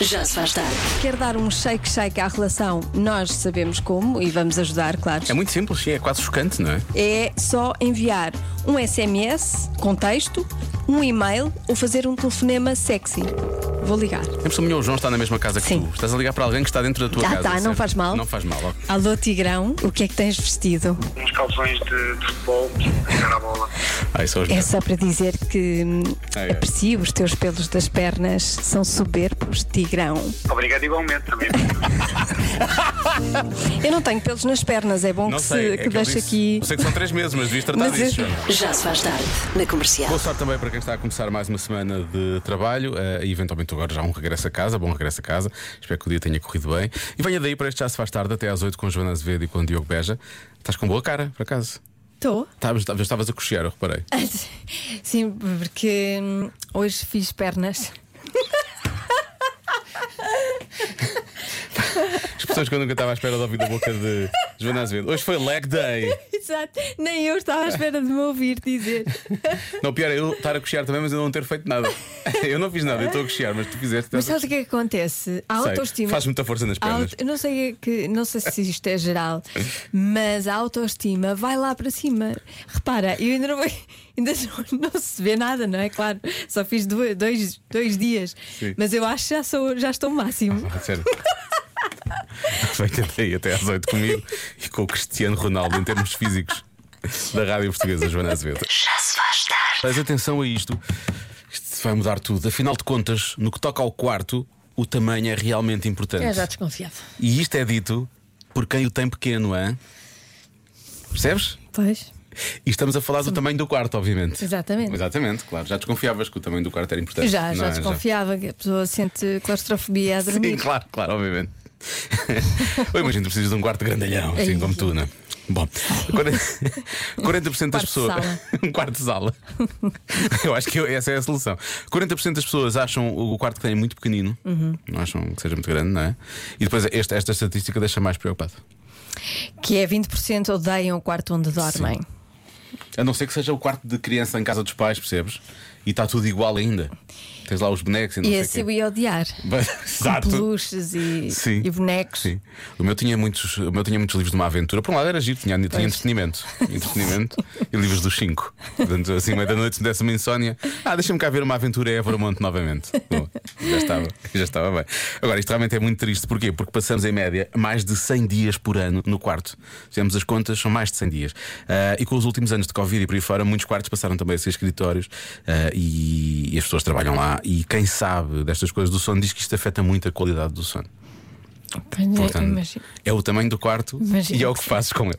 Já se faz tarde. Quer dar um shake shake à relação? Nós sabemos como e vamos ajudar, claro. É muito simples, sim, é quase chocante, não é? É só enviar um SMS com texto, um e-mail ou fazer um telefonema sexy. Vou ligar. Sempre se o meu João está na mesma casa que Sim. tu. Estás a ligar para alguém que está dentro da tua Ah, casa. tá, não certo? faz mal. Não faz mal, ok. Alô, Tigrão, o que é que tens vestido? uns calções de, de futebol a jogar a bola. Ai, são os É meus. só para dizer que hum, Ai, ai. aprecio os teus pelos das pernas, são soberbos, Tigrão. Obrigado igualmente também. Eu não tenho pelos nas pernas, é bom Não que, sei, se, é que que eu deixe disse- aqui. Eu sei que são três meses, mas devias tratar Mas é- disso. eu- João. Já se faz tarde. Na comercial. Boa sorte também para quem está a começar mais uma semana de trabalho eh, e eventualmente agora já um regresso a casa, bom regresso a casa. Espero que o dia tenha corrido bem. E venha daí para este Já Se Faz Tarde até às 8 com Joana Azevedo e com o Diogo Beja. Estás com boa cara, por acaso. Estou. Estavas, estavas- estavas a cochear, eu reparei. Sim, porque hum, hoje fiz pernas. As pessoas que eu nunca estava à espera de ouvir da boca de Joana Azevedo. Hoje foi leg day. Exato. Nem eu É. estava à espera de me ouvir dizer. Não, o pior é eu estar a cochear também, mas eu não ter feito nada. Eu não fiz nada, eu estou a cochear, mas tu fizeste. tá Mas sabes o que é que acontece? A Sei, autoestima. Faz muita força nas a pernas. auto- eu não sei, é que, não sei se isto é geral, mas a autoestima vai lá para cima. Repara, eu ainda não, ainda não, não se vê nada, não é? Claro, só fiz dois, dois, dois dias, Sim. mas eu acho que já, sou, já estou máximo. Ah, sério. Venha daí até às 8 comigo e com o Cristiano Ronaldo em termos físicos da Rádio Portuguesa, Joana Azevedo. Já se faz tarde. Mas atenção a isto, isto vai mudar tudo. Afinal de contas, no que toca ao quarto, o tamanho é realmente importante. desconfiava. E isto é dito por quem o tem pequeno, hã? Percebes? Pois. E estamos a falar do tamanho do quarto, obviamente. Exatamente. Exatamente, claro. Já desconfiavas que o tamanho do quarto era importante. Já, não já é? desconfiava que a pessoa sente claustrofobia a dormir. Sim, claro, claro, obviamente. Eu imagino que precisas de um quarto grandalhão, assim Ai. como tu, né? Bom, 40, das Quarto de pessoas. sala. um quarto de sala. Eu acho que essa é a solução. 40% das pessoas acham o quarto que têm muito pequenino, Uhum. não acham que seja muito grande, não é? E depois esta, esta estatística deixa mais preocupado. Que é 20% odeiam o quarto onde dormem. A não ser que seja o quarto de criança em casa dos pais, percebes? E está tudo igual ainda. Tens lá os bonecos e não E sei esse o eu quê. ia odiar. Exato. Peluches e, Sim. e bonecos. Sim. O meu tinha muitos, o meu tinha muitos livros de uma aventura. Por um lado era giro, tinha, tinha entretenimento. entretenimento e livros dos cinco. Portanto, assim, meia da noite, se me desse uma insónia. Ah, deixa-me cá ver uma aventura em Évora Monte novamente. Bom, já estava, já estava bem. Agora, isto realmente é muito triste. Porquê? Porque passamos, em média, mais de 100 dias por ano no quarto. Fizemos as contas, são mais de 100 dias. Ah, e com os últimos anos de Covid e por aí fora, muitos quartos passaram também a ser escritórios ah, e, e as pessoas trabalham lá. E quem sabe destas coisas do sono diz que isto afeta muito a qualidade do sono. Pois é, Portanto, imagino. é o tamanho do quarto Imagino. e é o que fazes com ele.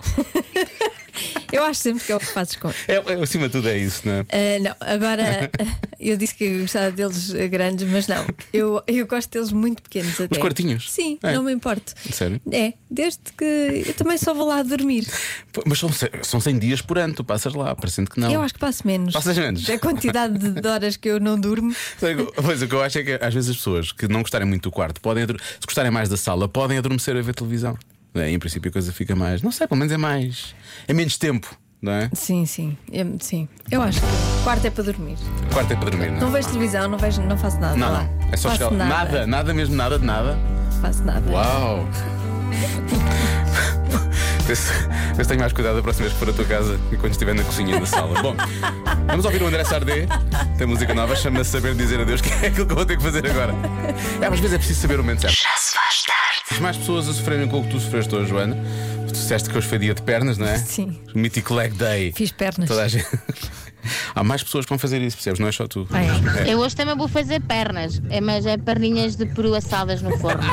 Eu acho sempre que é o que fazes com. É, é, acima de tudo é isso, não é? Ah, não, agora eu disse que eu gostava deles eh, grandes, mas não. Eu, eu gosto deles muito pequenos até. quartinhos? Sim, É. não me importo. Sério? É, desde que eu também só vou lá dormir. Pô, Mas são, ce- são 100 dias por ano, tu passas lá, parecendo que não. Eu acho que É passo menos. Passas menos? Da quantidade de de horas que eu não durmo. Sabe o que- Pois o que eu acho é que às vezes as pessoas que não gostarem muito do quarto, podem ador- se gostarem mais da sala, podem adormecer a ver televisão. Não é? Em princípio a coisa fica mais. Não sei, pelo menos é mais. É menos tempo, não é? Sim, sim, eu, sim. Eu acho que o quarto é para dormir. O quarto é para dormir, não é? Não vejo televisão, não vejo, não faço nada. Não, lá. não. É só faço chegar lá. Nada, nada mesmo, nada de nada. Não faço nada. Uau! Vê se vê se tenho mais cuidado a próxima vez que for à tua casa e quando estiver na cozinha e na sala. Bom, vamos ouvir o André Sardé. Tem música nova, chama-se Saber Dizer Adeus, que é aquilo que eu vou ter que fazer agora. É, às vezes é preciso saber o momento certo. Já se faz tarde. As mais pessoas a sofrerem com o que tu sofreste hoje, Joana. Tu disseste que hoje foi dia de pernas, não é? Sim. O mítico leg day. Fiz pernas. Toda a gente. Há mais pessoas que vão fazer isso, percebes? Não é só tu. Ah, é. Eu hoje também vou fazer pernas, é, mas é perninhas de peru assadas no forno.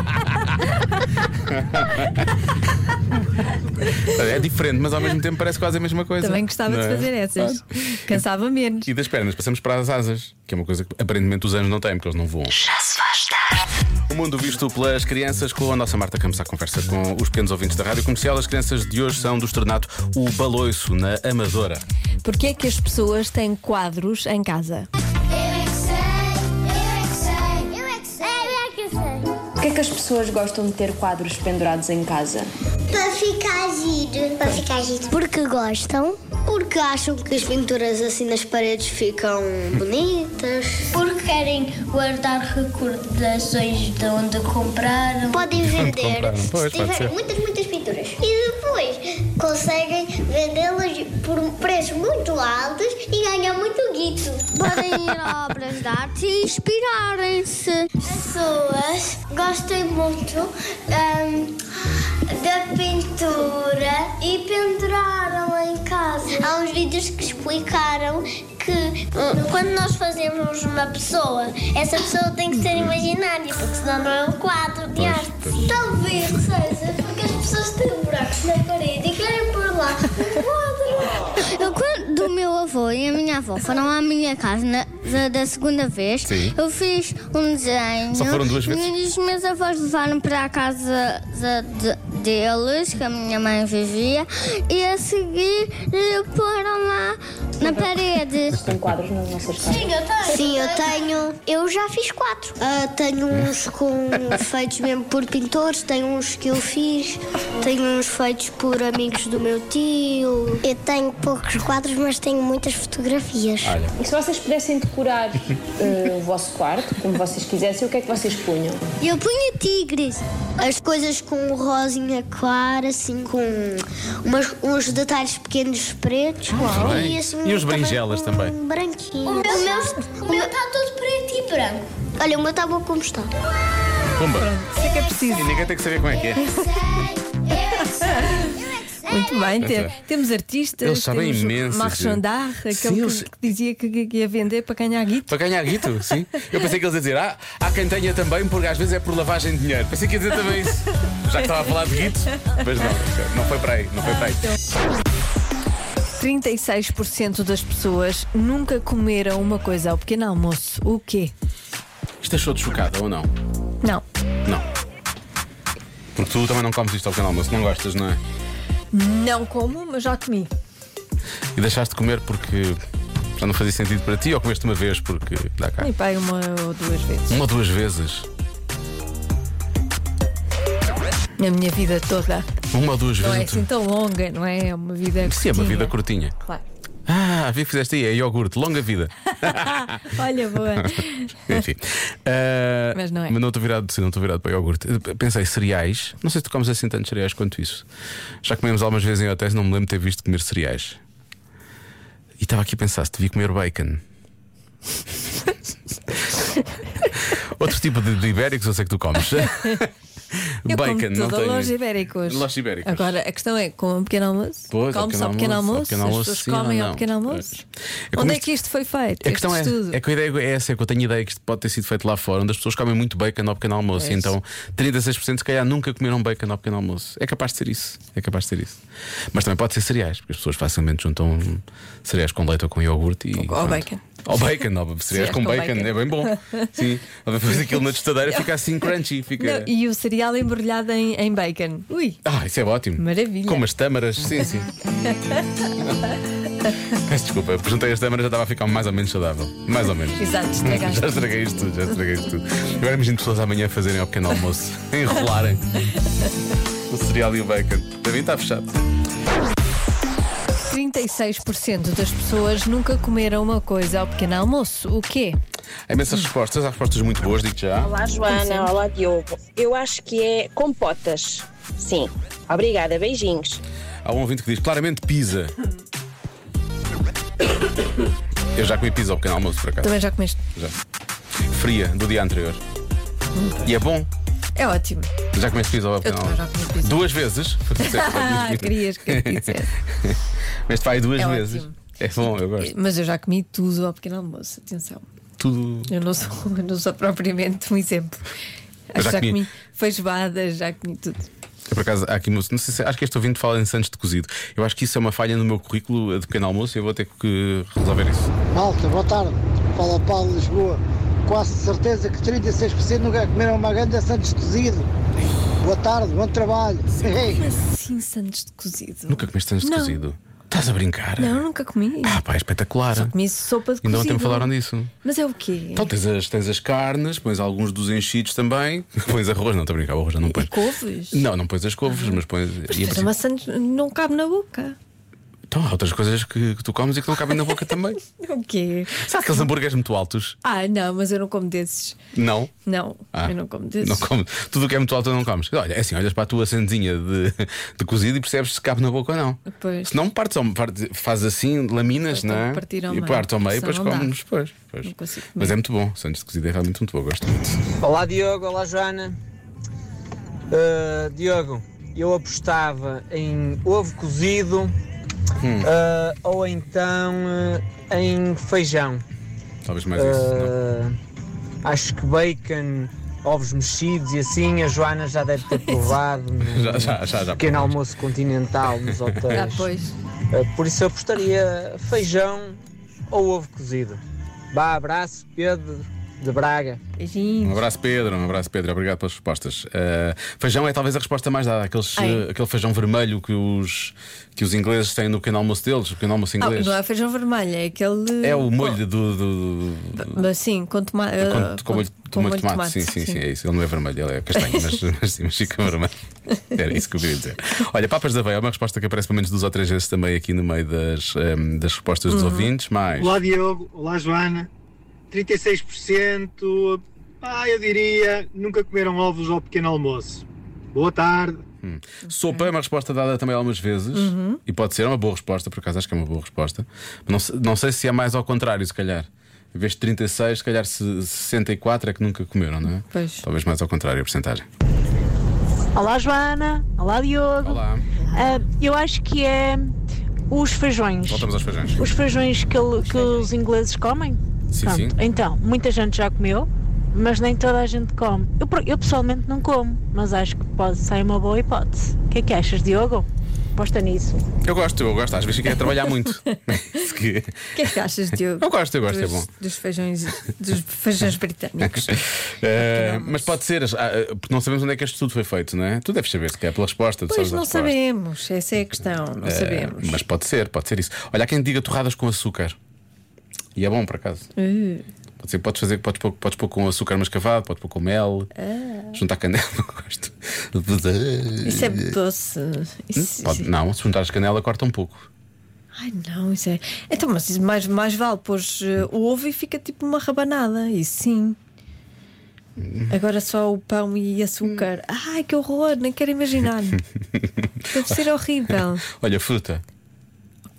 É diferente, mas ao mesmo tempo parece quase a mesma coisa. Também gostava não de é? fazer essas. Cansava menos. E das pernas passamos para as asas, que é uma coisa que aparentemente os anjos não têm, porque eles não voam. Já se faz tarde. O mundo visto pelas crianças, com a nossa Marta Campos à conversa com os pequenos ouvintes da Rádio Comercial. As crianças de hoje são do externato O Baloiço, na Amadora. Porquê é que as pessoas têm quadros em casa? Eu é que sei, eu é que sei, eu é que sei, eu é que sei. Porquê é que as pessoas gostam de ter quadros pendurados em casa? Para ficar giro. Para ficar giro. Porque gostam. Porque acham que as pinturas assim nas paredes ficam bonitas. Porque querem guardar recordações de onde compraram. Podem vender compraram, pois, pode se tiverem ser. muitas, muitas pinturas. E depois conseguem vendê-las por preços muito altos e ganhar muito guito. Podem ir a obras de arte e inspirarem-se. As pessoas gostam muito hum, da pintura e penduraram em casa. Há uns vídeos que explicaram que hum, quando nós fazemos uma pessoa, essa pessoa tem que ser imaginária, porque senão não é um quadro de arte. Talvez seja porque as pessoas têm buracos na parede e querem pôr lá um quadro. Eu, quando o meu avô e a minha avó foram à minha casa na- da, da segunda vez, Sim. eu fiz um desenho. Só foram duas vezes? E os meus avós levaram para a casa da- de- deles, que a minha mãe vivia, e a seguir eh, foram lá na parede. Tem quadros nas nossas casas. Sim, eu tenho. Sim, eu tenho. Eu já fiz quatro. Ah, tenho uns com feitos mesmo por pintores, tenho uns que eu fiz, tenho uns feitos por amigos do meu tio. Eu tenho poucos quadros, mas tenho muitas fotografias. E se vocês pudessem decorar eh, o vosso quarto, como vocês quisessem, o que é que vocês punham? Eu punho tigres. As coisas com um rosinha clara, assim, com umas- uns detalhes pequenos pretos. Muito bem. E os berinjelas também. um branquinho. O meu está todo preto e branco. Olha, o meu está bom como está. Pumba. Isso é que é preciso. E ninguém tem que saber como é que é. Muito bem, Pois tem- é. temos artistas, Eles sabem temos imenso, Marchandar, sim. aquele Sim, que, eles- que dizia que, que ia vender para ganhar guito. Para ganhar guito, sim. Eu pensei que eles iam dizer, ah, há quem tenha também, porque às vezes é por lavagem de dinheiro. Pensei que ia dizer também isso. Já que estava a falar de guito, mas não, não foi para aí, não foi para aí. 36% das pessoas nunca comeram uma coisa ao pequeno almoço. O quê? Isto achou-te chocada ou não? Não. Não. Porque tu também não comes isto ao canal almoço, não gostas, não é? Não como, mas já comi. E deixaste de comer porque já não fazia sentido para ti ou comeste uma vez porque dá cá? E pai, uma ou duas vezes. Uma ou duas vezes. Na minha vida toda. Uma ou duas Não é vezes. assim tão longa, não é? É uma vida. Sim, é uma curtinha. vida curtinha. Claro. Ah, vi que fizeste aí, é iogurte, longa vida. Olha, boa. Enfim. Ah, Mas não é. Mas não estou virado, sim, não estou virado para iogurte. Pensei, cereais. Não sei se tu comes assim tantos cereais quanto isso. Já comemos algumas vezes em hotéis, não me lembro de ter visto comer cereais. E estava aqui a pensar, se devia comer bacon. Outro tipo de, de ibéricos eu sei que tu comes. Eu bacon, como não tudo, tenho. Lojas ibéricos. Lojas ibéricos. Agora, a questão é: com um pequeno almoço? Pois, ao Come-se pequeno ao pequeno almoço, ao almoço? pequeno almoço, As sim pessoas ou comem não? ao pequeno almoço? É como Onde é isto- que isto foi feito? A este questão é, estudo? é que a ideia é essa, é que eu tenho ideia que isto pode ter sido feito lá fora, onde as pessoas comem muito bacon ao pequeno É almoço. E então, 36% se calhar nunca comeram bacon ao pequeno almoço. É capaz de ser isso. É capaz de ser isso. Mas também pode ser cereais, porque as pessoas facilmente juntam cereais com leite ou com iogurte e. pronto. bacon. Ou bacon, ou cereais com, com bacon. bacon. é bem bom. Sim, ou depois aquilo na tostadeira fica assim crunchy. Fica... Não, e o cereal embrulhado em, em bacon. Ui, Ah, isso é ótimo. Maravilha. Com umas tâmaras, sim, sim. Peço desculpa, perguntei as tâmaras, já estava a ficar mais ou menos saudável. Mais ou menos. exato, estragaste. Já estraguei isto tudo, já estraguei isto tudo. Agora imagino pessoas amanhã fazerem ao pequeno almoço, enrolarem o cereal e o bacon. Para mim está fechado. 36% das pessoas nunca comeram uma coisa ao pequeno almoço. O quê? Há imensas respostas, há respostas muito boas, digo já. Olá, Joana. Olá, Diogo. Eu acho que é compotas. Sim. Obrigada. Beijinhos. Há um ouvinte que diz claramente pizza. Eu já comi pizza ao pequeno almoço, por acaso. Também já comeste? Já. Fria, do dia anterior. E é bom. É ótimo. Já comeste pizza ao pequeno também já almoço? comi pizza. Duas vezes. Ah, querias que eu te dissesse. Mas faz duas É vezes. ótimo. É bom, eu gosto. Mas eu já comi tudo ao pequeno almoço, atenção. Tudo. Eu não sou, eu não sou propriamente um exemplo. Eu Acho já que já comi. comi feijoadas, já comi tudo. Eu, Por acaso, há aqui, não sei se, acho que este ouvinte fala em Santos de cozido. Eu acho que isso é uma falha no meu currículo eh, de pequeno almoço e eu vou ter que resolver isso. Malta, boa tarde. Fala Paulo Lisboa. Quase certeza que 36% nunca comeram uma ganda Santos cozido. Boa tarde, bom trabalho. Assim, sandes de cozido. Nunca comeste Santos de Não. cozido? Estás a brincar? Não, nunca comi. Ah, pá, é espetacular. Só comi sopa de cozido. Ainda ontem me falaram disso. Mas é o quê? Então tens as, tens as carnes, pões alguns dos enchidos também, pões arroz, não estou a brincar, o arroz já não pões. couves? Ah. é Não, não pões as couves, mas pões. e a Mas princípio- uma sandes não cabe na boca. Então há outras coisas que, que tu comes e que não cabem na boca também. É O quê? Sabe aqueles hambúrgueres muito altos? Ah, não, mas eu não como desses. Não. Não, Ah, eu não como desses. Não como. Tudo o que é muito alto não comes. Olha, é assim, olhas para a tua sandezinha de, de cozido e percebes se cabe na boca ou não. Pois. Então, Se não partes, ao- parte- faz assim, laminas, não é? partir ao e meio. partes ao meio, Só depois não dá. comes. Pois, pois. Não consigo comer. Mas é muito bom. Sandes de cozido é realmente muito bom, gosto muito. Olá Diogo, olá Joana. Ah, Diogo, eu apostava em ovo cozido Hum. ah, ou então ah, em feijão. Talvez mais é, isso. Ah, acho que bacon, ovos mexidos e assim, a Joana já deve ter provado no Já, já, já, já. pequeno almoço continental nos Ah, hotéis. pois. Ah, por isso eu apostaria feijão ou ovo cozido. Vá, abraço, Pedro de Braga. Beijinhos. Um abraço, Pedro. Um abraço, Pedro. Obrigado pelas respostas. Ah, feijão é talvez a resposta mais dada. Aqueles, Ai. ah, aquele feijão vermelho que os, que os ingleses têm no pequeno almoço deles, o pequeno almoço Ah, inglês. não é feijão vermelho, é aquele. É o molho do. do- Mas sim, com tomate. com, eh, com molho, com molho de tomate. Sim, sim, sim, é isso. Ele não é vermelho, ele é castanho, mas, mas sim, mas fica vermelho. Era isso que eu queria dizer. Olha, papas da veia é uma resposta que aparece pelo menos duas ou três vezes também aqui no meio das, ahm, das respostas dos Uhum. ouvintes, mas. Olá Diogo, olá Joana. 36%, ah, eu diria, nunca comeram ovos ao pequeno almoço. Boa tarde. Hum. Sopa é uma resposta dada também algumas vezes Uhum. e pode ser uma boa resposta, por acaso acho que é uma boa resposta. Mas Não, se- não sei se é mais ao contrário, se calhar. Em vez de 36, se calhar se- 64 é que nunca comeram, não é? Pois. Uhum. Talvez mais ao contrário, a porcentagem. Olá Joana, olá Diogo. Olá. Ah, eu acho que é os feijões. Voltamos aos feijões. Os feijões que, ele- que os ingleses comem. Sim, sim. Então, muita gente já comeu, mas nem toda a gente come. Eu, por- eu pessoalmente não como, mas acho que pode ser uma boa hipótese. O que é que achas, Diogo? Aposta nisso. Eu gosto, eu gosto. Às vezes quer trabalhar muito. Isso que- O que é que achas, Diogo? Eu gosto, eu gosto, é dos, bom. Dos feijões, dos feijões britânicos. Eh, mas pode ser, ah, ah, porque não sabemos onde é que este estudo foi feito, não é? Tu deves saber, se calhar, pela resposta. tu Pois sabes a não resposta. sabemos, essa é a questão, não Eh, sabemos. Mas pode ser, pode ser isso. Olha, há quem diga torradas com açúcar. E é bom, por acaso. Uh, Pode ser, podes fazer, podes pôr, podes pôr com açúcar mascavado, podes pôr com mel, ah, juntar canela, gosto. isso é doce. Isso- eh, hum, Pode- não, se juntares canela, corta um pouco. Ai não, isso é. Então, mas isso mais, mais vale pôr eh, o ovo e fica tipo uma rabanada, isso sim. Agora só o pão e açúcar. Ai que horror, nem quero imaginar. Deve ser horrível. Olha, fruta. É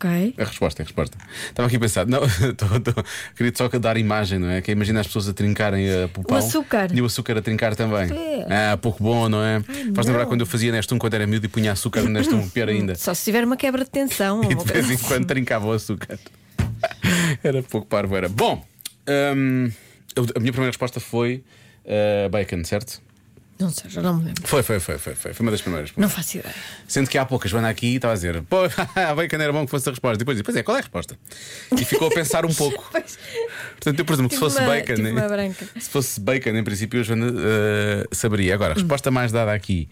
Ok. A resposta, a resposta. Estava aqui a pensar, não, tô- tô- queria só que dar imagem, não é? Que imagina as pessoas a trincarem a o pão açúcar. e o açúcar a trincar também. Pois. Ah, pouco bom, não é? Faz lembrar não. quando eu fazia neste um quando era miúdo e punha açúcar neste um, pior ainda. Só se tiver uma quebra de tensão. ou E uma de coisa vez em quando trincava o açúcar. Era pouco parvo, era. Bom, hum, eu- a minha primeira resposta foi ah, bacon, certo? assim. Não sei, já não me lembro. Foi, foi, foi, foi, foi. Foi uma das primeiras. Não faço ideia. Sendo que há pouco a Joana aqui estava a dizer, pô, bacon era bom que fosse a resposta. E depois disse, pois é, qual é a resposta? E ficou a pensar um pouco. Portanto, eu presumo que se Tive fosse uma- bacon. tive eh, uma branca. Se fosse bacon, em princípio, a Joana eh, saberia. Agora, a resposta mais dada aqui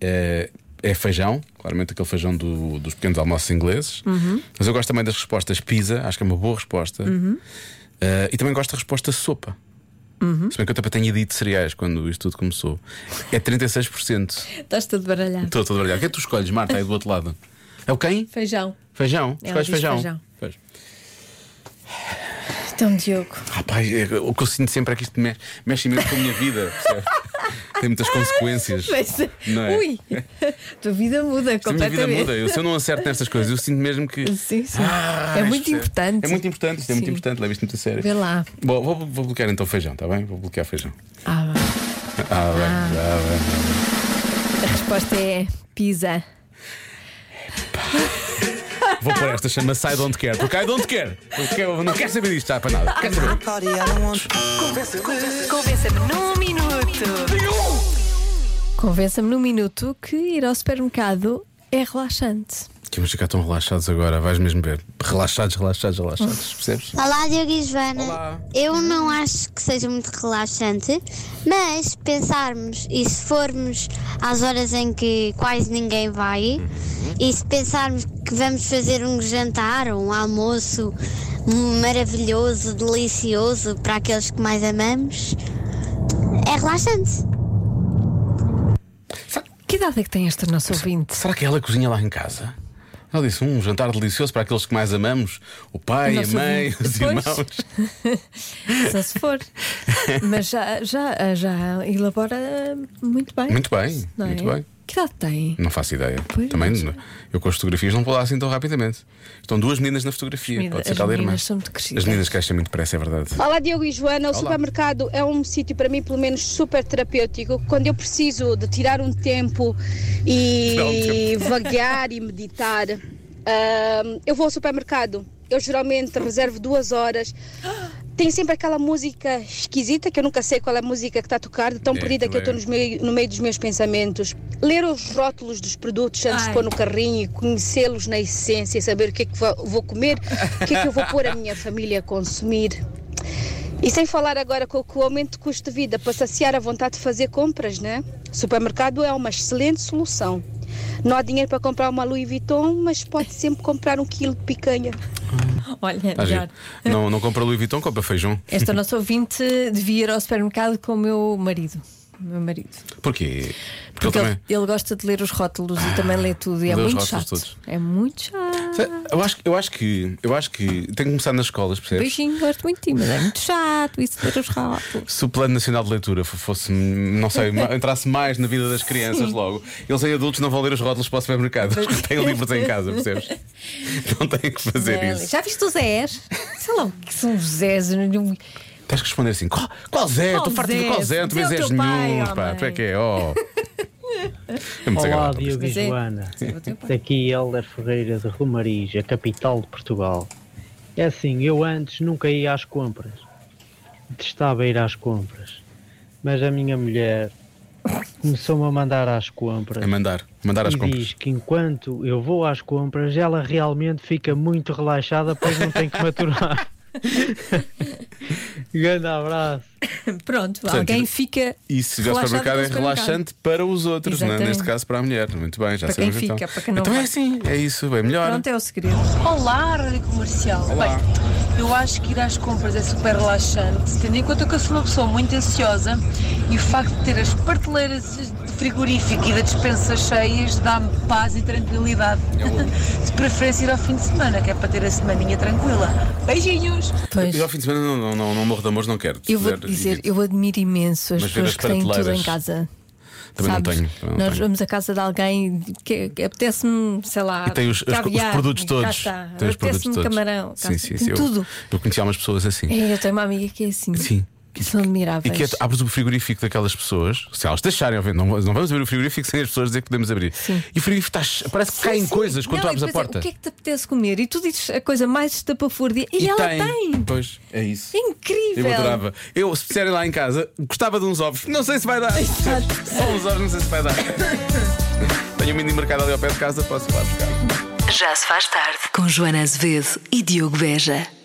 eh, é feijão, claramente aquele feijão do- dos pequenos almoços ingleses. Uhum. Mas eu gosto também das respostas pizza, acho que é uma boa resposta. Eh, e também gosto da resposta sopa. Se bem que eu também tenho dito cereais quando isto tudo começou. É 36%. Estás todo baralhado. Estou todo baralhado. O que é que tu escolhes, Marta, aí do outro lado? É o quem? Feijão. Feijão? Ela Escolhes diz feijão? É, feijão. Pois. Então, Diogo. Rapaz, é- o que eu sinto sempre é que isto mexe, mexe imenso com a minha vida. percebe? Tem muitas consequências. Mas, Não é? Ui, tua vida muda A minha completamente. vida muda. Eu, se eu não acerto nestas coisas, eu sinto mesmo que. Sim, sim. Ah, é isto muito importante. É muito importante, isto é muito Sim. importante, leva isto muito a sério. Vê lá. Bom, vou, vou bloquear então feijão, está bem? Vou bloquear feijão. Ah, Ah, bem, ah, bem. a resposta é pizza. Vou pôr esta chama Sai de onde quer, porque I don't care. Porque eu não quero saber disto, está para nada. Quero saber. Convença-me num minuto. Convença-me num minuto que ir ao supermercado é relaxante. Que vamos ficar tão relaxados agora, vais mesmo ver. Relaxados, relaxados, relaxados, percebes? Olá, Diogo e Joana. Eu não acho que seja muito relaxante, mas pensarmos e se formos às horas em que quase ninguém vai, e se pensarmos que vamos fazer um jantar ou um almoço maravilhoso, delicioso para aqueles que mais amamos, é relaxante. Que idade é que tem esta nossa ouvinte? Será que ela cozinha lá em casa? Ela disse: um jantar delicioso para aqueles que mais amamos: o pai, O a nosso mãe, ouvinte. os Pois. irmãos. Só se for. Mas já, já, já elabora muito bem. Muito bem, Não é? muito bem. Que idade tem? Não faço ideia. Pois, Também mas- não- eu com as fotografias não vou lá assim tão rapidamente. Estão duas meninas na fotografia. As Pode ser meninas- tal as irmã. meninas são muito crescidas. As meninas crescem muito depressa, é verdade. Olá Diogo e Joana, o Olá. supermercado é um sítio para mim pelo menos super terapêutico. Quando eu preciso de tirar um tempo Tirar um e tempo. vaguear e meditar, ahm, eu vou ao supermercado. Eu geralmente reservo duas horas. Tem sempre aquela música esquisita que eu nunca sei qual é a música que está a tocar, de tão É, perdida que eu estou também. nos meio- no meio dos meus pensamentos. Ler os rótulos dos produtos antes de Ai. pôr no carrinho e conhecê-los na essência, saber o que é que vou vou comer, o que é que eu vou pôr a minha família a consumir. E sem falar agora com com o aumento de custo de vida, para saciar a vontade de fazer compras, né? Supermercado é uma excelente solução. Não há dinheiro para comprar uma Louis Vuitton, mas pode sempre comprar um quilo de picanha. Olha, Tá já. giro. Não, não compra Louis Vuitton, compra feijão. Esta nossa ouvinte devia ir ao supermercado com o meu marido. O Meu marido. Porquê? Porque, ele Porque também. ele, ele gosta de ler os rótulos e também lê tudo. E é lê os muito rótulos chato. todos. É muito chato. Sei, Eu acho, eu acho que eu acho que tem que começar nas escolas, percebes? Beijinho, gosto muito de ti, mas é muito chato isso de ler os rótulos. Se o Plano Nacional de Leitura fo- fosse, não sei, ma- entrasse mais na vida das crianças Sim. logo, eles em adultos não vão ler os rótulos para o supermercado. Têm livros em casa, percebes? Não têm que fazer Não, isso. Já viste os Zés? Sei lá o que são os Zés. Não- Tens que responder assim: qual, qual Zé? Qual Estou farto de Zé? qual Zé? Tu Zé é vês o és teu pai, nenhum, pá. homem. Tu é que é, oh. É muito Olá, agradável. Diogo e Mas é- Joana. Sim, vou ter parte. Daqui Helder Ferreira de Romariz, a capital de Portugal. É assim, eu antes nunca ia às compras. Detestava ir às compras. Mas a minha mulher começou-me a mandar às compras. A É mandar, mandar às e compras. diz que enquanto eu vou às compras, ela realmente fica muito relaxada, pois não tem que maturar. Grande abraço. Pronto, Portanto, alguém fica. E se tiver relaxado supermercado com é o supermercado. relaxante para os outros, não é? Exatamente. neste caso para a mulher. Muito bem, já Para quem sabemos fica, então. para quem não então é vai. assim, é isso, bem melhor. Pronto, é o segredo. Olá, Rádio Comercial. Bem, eu acho que ir às compras é super relaxante, tendo em conta que eu sou uma pessoa muito ansiosa e o facto de ter as prateleiras de frigorífico e da despensa cheias dá-me paz e tranquilidade. De preferência ir ao fim de semana, que é para ter a semaninha tranquila. Beijinhos! Eu ao fim de semana não, não, não, não morro de amor, não quero. Se Eu vou puder, dizer, eu admiro imenso as Mas ver pessoas as que têm tudo prateleiras. em casa. Também não Sabes? tenho, também não Nós tenho. vamos à casa de alguém que, que apetece-me, sei lá, E tem os, as- os caviar, produtos cá todos. está. Tem os produtos Apetece-me um todos. camarão, cá sim, sim, está. Tem sim. Eu- tudo. Eu, conhecia umas pessoas assim. É, Eu tenho uma amiga que é assim. Sim. Que são E admiráveis. que é, abres o frigorífico daquelas pessoas, se elas deixarem, obviamente, não, não vamos abrir o frigorífico sem as pessoas dizer que podemos abrir. E o frigorífico está, che- parece que caem coisas quando tu Não, e abres a depois é, porta. O que é que te apetece comer? E tu dizes a coisa mais estapafúrdia. E, E ela tem. Pois, é isso. É incrível. Eu adorava. Eu, se fizerem lá em casa, gostava de uns ovos. Não sei se vai dar. Só uns ovos, não sei se vai dar. Tenho um mini mercado ali ao pé de casa, posso ir lá buscar. Já se faz tarde com Joana Azevedo e Diogo Veja.